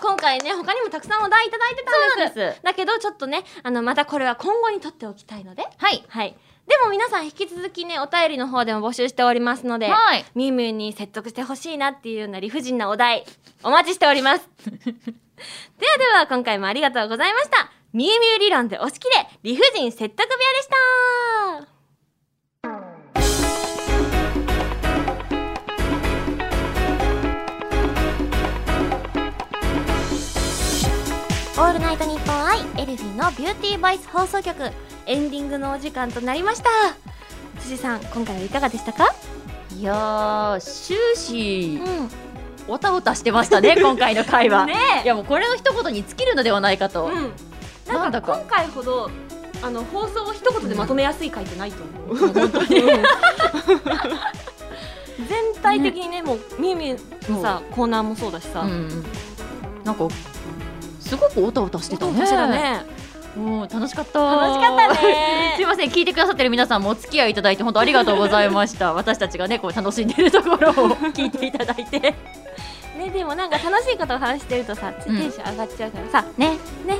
Speaker 3: 今回ね他にもたくさんお題いただいてたんです
Speaker 1: そうなんです
Speaker 3: だけどちょっとねあのまたこれは今後に取っておきたいので
Speaker 1: はい。
Speaker 3: はい。でも皆さん引き続きね、お便りの方でも募集しておりますので、
Speaker 1: はい
Speaker 3: みゆみゆに説得してほしいなっていうような理不尽なお題、お待ちしております。ではでは、今回もありがとうございました。みゆみゆ理論で押し切れ、理不尽説得部屋でした
Speaker 4: オールナイトニッポンアイエルフィンのビューティーバイス放送局
Speaker 3: エンディングのお時間となりました辻さん今回はいかがでしたか
Speaker 1: いやー終始
Speaker 3: ん
Speaker 1: おたおたしてましたね今回の回は、
Speaker 3: ね
Speaker 1: いやもうこれの一言に尽きるのではないかと、
Speaker 3: うん
Speaker 1: な
Speaker 3: なんん
Speaker 1: だ
Speaker 3: か
Speaker 1: か
Speaker 3: 今回ほどあの放送を一言でまとめやすい回ってないと思う、
Speaker 1: 本当に
Speaker 3: 全体的にねもうみゆみゆのさコーナーもそうだしさ、
Speaker 1: うんなんかすごくおたおたしてた
Speaker 3: どう
Speaker 1: ね
Speaker 3: かしらね
Speaker 1: もう楽しかった
Speaker 3: 楽しかったね
Speaker 1: すいません聞いてくださってる皆さんもお付き合いいただいて本当ありがとうございました [LAUGHS] 私たちがねこう楽しんでるところを聞いていただいて
Speaker 3: ねでもなんか楽しいことを話してるとさつい
Speaker 1: うん
Speaker 3: テンション上がっちゃうからさ、
Speaker 1: [LAUGHS] ね
Speaker 3: ね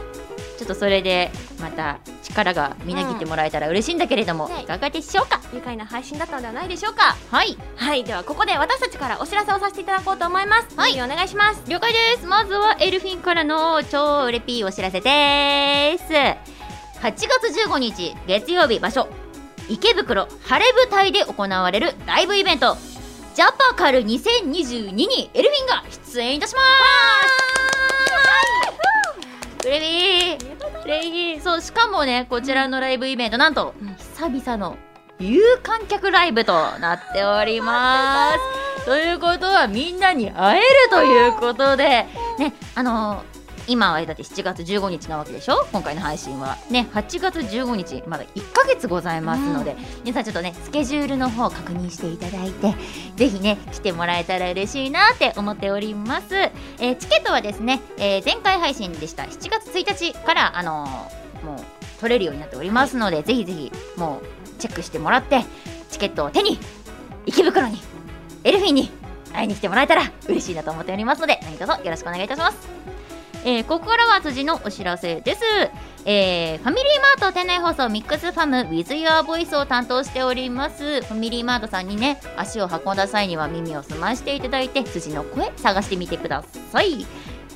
Speaker 1: ちょっとそれでまた力がみなぎってもらえたら嬉しいんだけれども、
Speaker 3: うん
Speaker 1: いかがでしょうか
Speaker 3: 愉快な配信だったのではないでしょうか
Speaker 1: はい
Speaker 3: はいではここで私たちからお知らせをさせていただこうと思います
Speaker 1: はい
Speaker 3: みゆみゆお願いします
Speaker 1: 了解ですまずはエルフィンからの超レピーお知らせです8月15日月曜日場所池袋晴れ舞台で行われるライブイベントジャパカル2022にエルフィンが出演いたしますレビーレビーそうしかもねこちらのライブイベントなんと
Speaker 3: うん
Speaker 1: 久々の有観客ライブとなっております。ということはみんなに会えるということで、ね、あのー今はだって7月15日なわけでしょ今回の配信は。ね、8月15日、まだ1ヶ月ございますので、皆さんちょっとね、スケジュールの方確認していただいて、ぜひね、来てもらえたら嬉しいなって思っております。えーチケットはですね、えー前回配信でした7月1日から、あのーもう取れるようになっておりますので、ぜひぜひ、もうチェックしてもらってチケットを手に池袋にエルフィンに会いに来てもらえたら嬉しいなと思っておりますので何卒よろしくお願いいたします、えーここからは辻のお知らせです、えーファミリーマート店内放送ミックスファム WithYourVoice を担当しておりますファミリーマートさんにね足を運んだ際には耳を澄ましていただいて辻の声探してみてください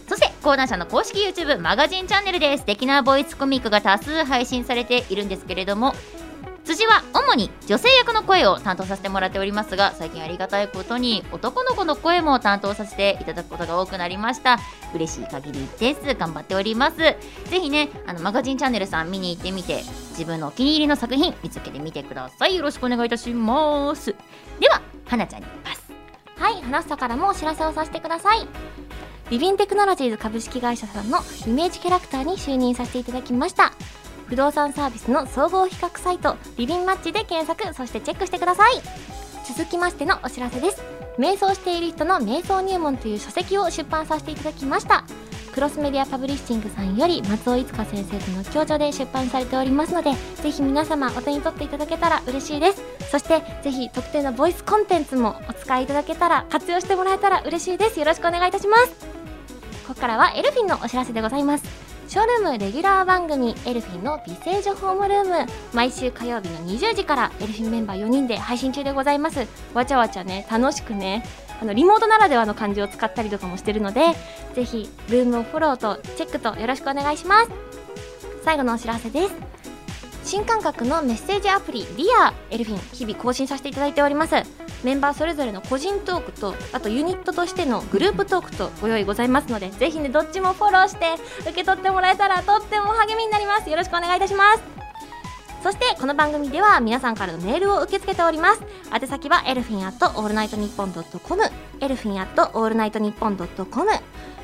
Speaker 1: そして講談社の公式 YouTube マガジンチャンネルで素敵なボイスコミックが多数配信されているんですけれども辻は主に女性役の声を担当させてもらっておりますが最近ありがたいことに男の子の声も担当させていただくことが多くなりました嬉しい限りです頑張っておりますぜひねあのマガジンチャンネルさん見に行ってみて自分のお気に入りの作品見つけてみてくださいよろしくお願いいたしますでははなちゃんにパス
Speaker 3: はい花房からもお知らせをさせてくださいビビンテクノロジーズ株式会社さんのイメージキャラクターに就任させていただきました不動産サービスの総合比較サイトビビンマッチで検索そしてチェックしてください続きましてのお知らせです瞑想している人の瞑想入門という書籍を出版させていただきましたクロスメディアパブリッシングさんより松尾いつか先生との協調で出版されておりますのでぜひ皆様お手に取っていただけたら嬉しいですそしてぜひ特定のボイスコンテンツもお使いいただけたら活用してもらえたら嬉しいですよろしくお願いいたしますここからはエルフィンのお知らせでございますショールームレギュラー番組エルフィンの美声女ホームルーム毎週火曜日の20時からエルフィンメンバー4人で配信中でございますわちゃわちゃね楽しくねあのリモートならではの感じを使ったりとかもしてるのでぜひルームをフォローとチェックとよろしくお願いします最後のお知らせです新感覚のメッセージアプリ「リアエルフィン日々更新させていただいておりますメンバーそれぞれの個人トークとあとユニットとしてのグループトークとご用意ございますのでぜひねどっちもフォローして受け取ってもらえたらとっても励みになりますよろしくお願いいたしますそしてこの番組では皆さんからのメールを受け付けております宛先はエルフィンアットオールナイトニッポンドットコムエルフィンアットオールナイトニッポンドットコム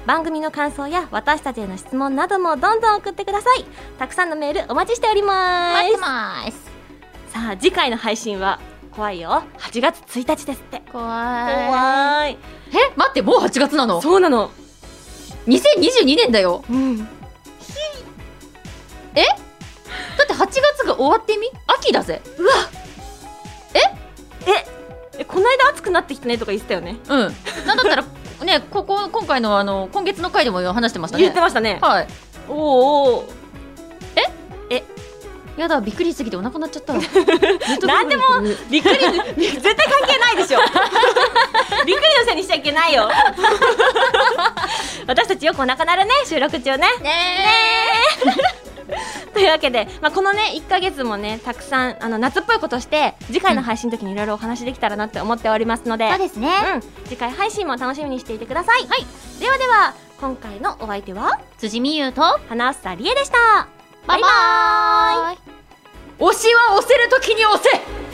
Speaker 3: 番組の感想や私たちへの質問などもどんどん送ってくださいたくさんのメールお待ちしております
Speaker 1: 待ってます
Speaker 3: さあ次回の配信は怖いよ8月1日ですって
Speaker 1: 怖い
Speaker 3: 怖い
Speaker 1: え待ってもう8月なの
Speaker 3: そうなの
Speaker 1: 2022年だよ
Speaker 3: うん
Speaker 1: だって8月が終わってみ秋だぜ
Speaker 3: えこの間暑くなってきたねとか言ってたよね
Speaker 1: うん。なんだったら、ね、ここ、今回の、あの、今月の回でも話してました
Speaker 3: 言って
Speaker 1: ね。
Speaker 3: ましたね
Speaker 1: はい。
Speaker 3: おうおう
Speaker 1: やだ、びっくりしすぎてお腹鳴っちゃ
Speaker 3: [LAUGHS]
Speaker 1: った。
Speaker 3: なんでもびっくり [LAUGHS] 絶対関係ないでしょびっくりのせいにしちゃいけないよ私たちよくお腹鳴るね収録中ね
Speaker 1: ね
Speaker 3: というわけで、まあ、このね1か月もねたくさんあの夏っぽいことして次回の配信の時にいろいろお話できたらなって思っておりますので、
Speaker 1: そうですね。
Speaker 3: うん、次回配信も楽しみにしていてください、はい、ではでは今回のお相手は
Speaker 1: 辻美優と
Speaker 3: 花房理恵でしたバイバーイ
Speaker 1: 推しは押せるときに押せ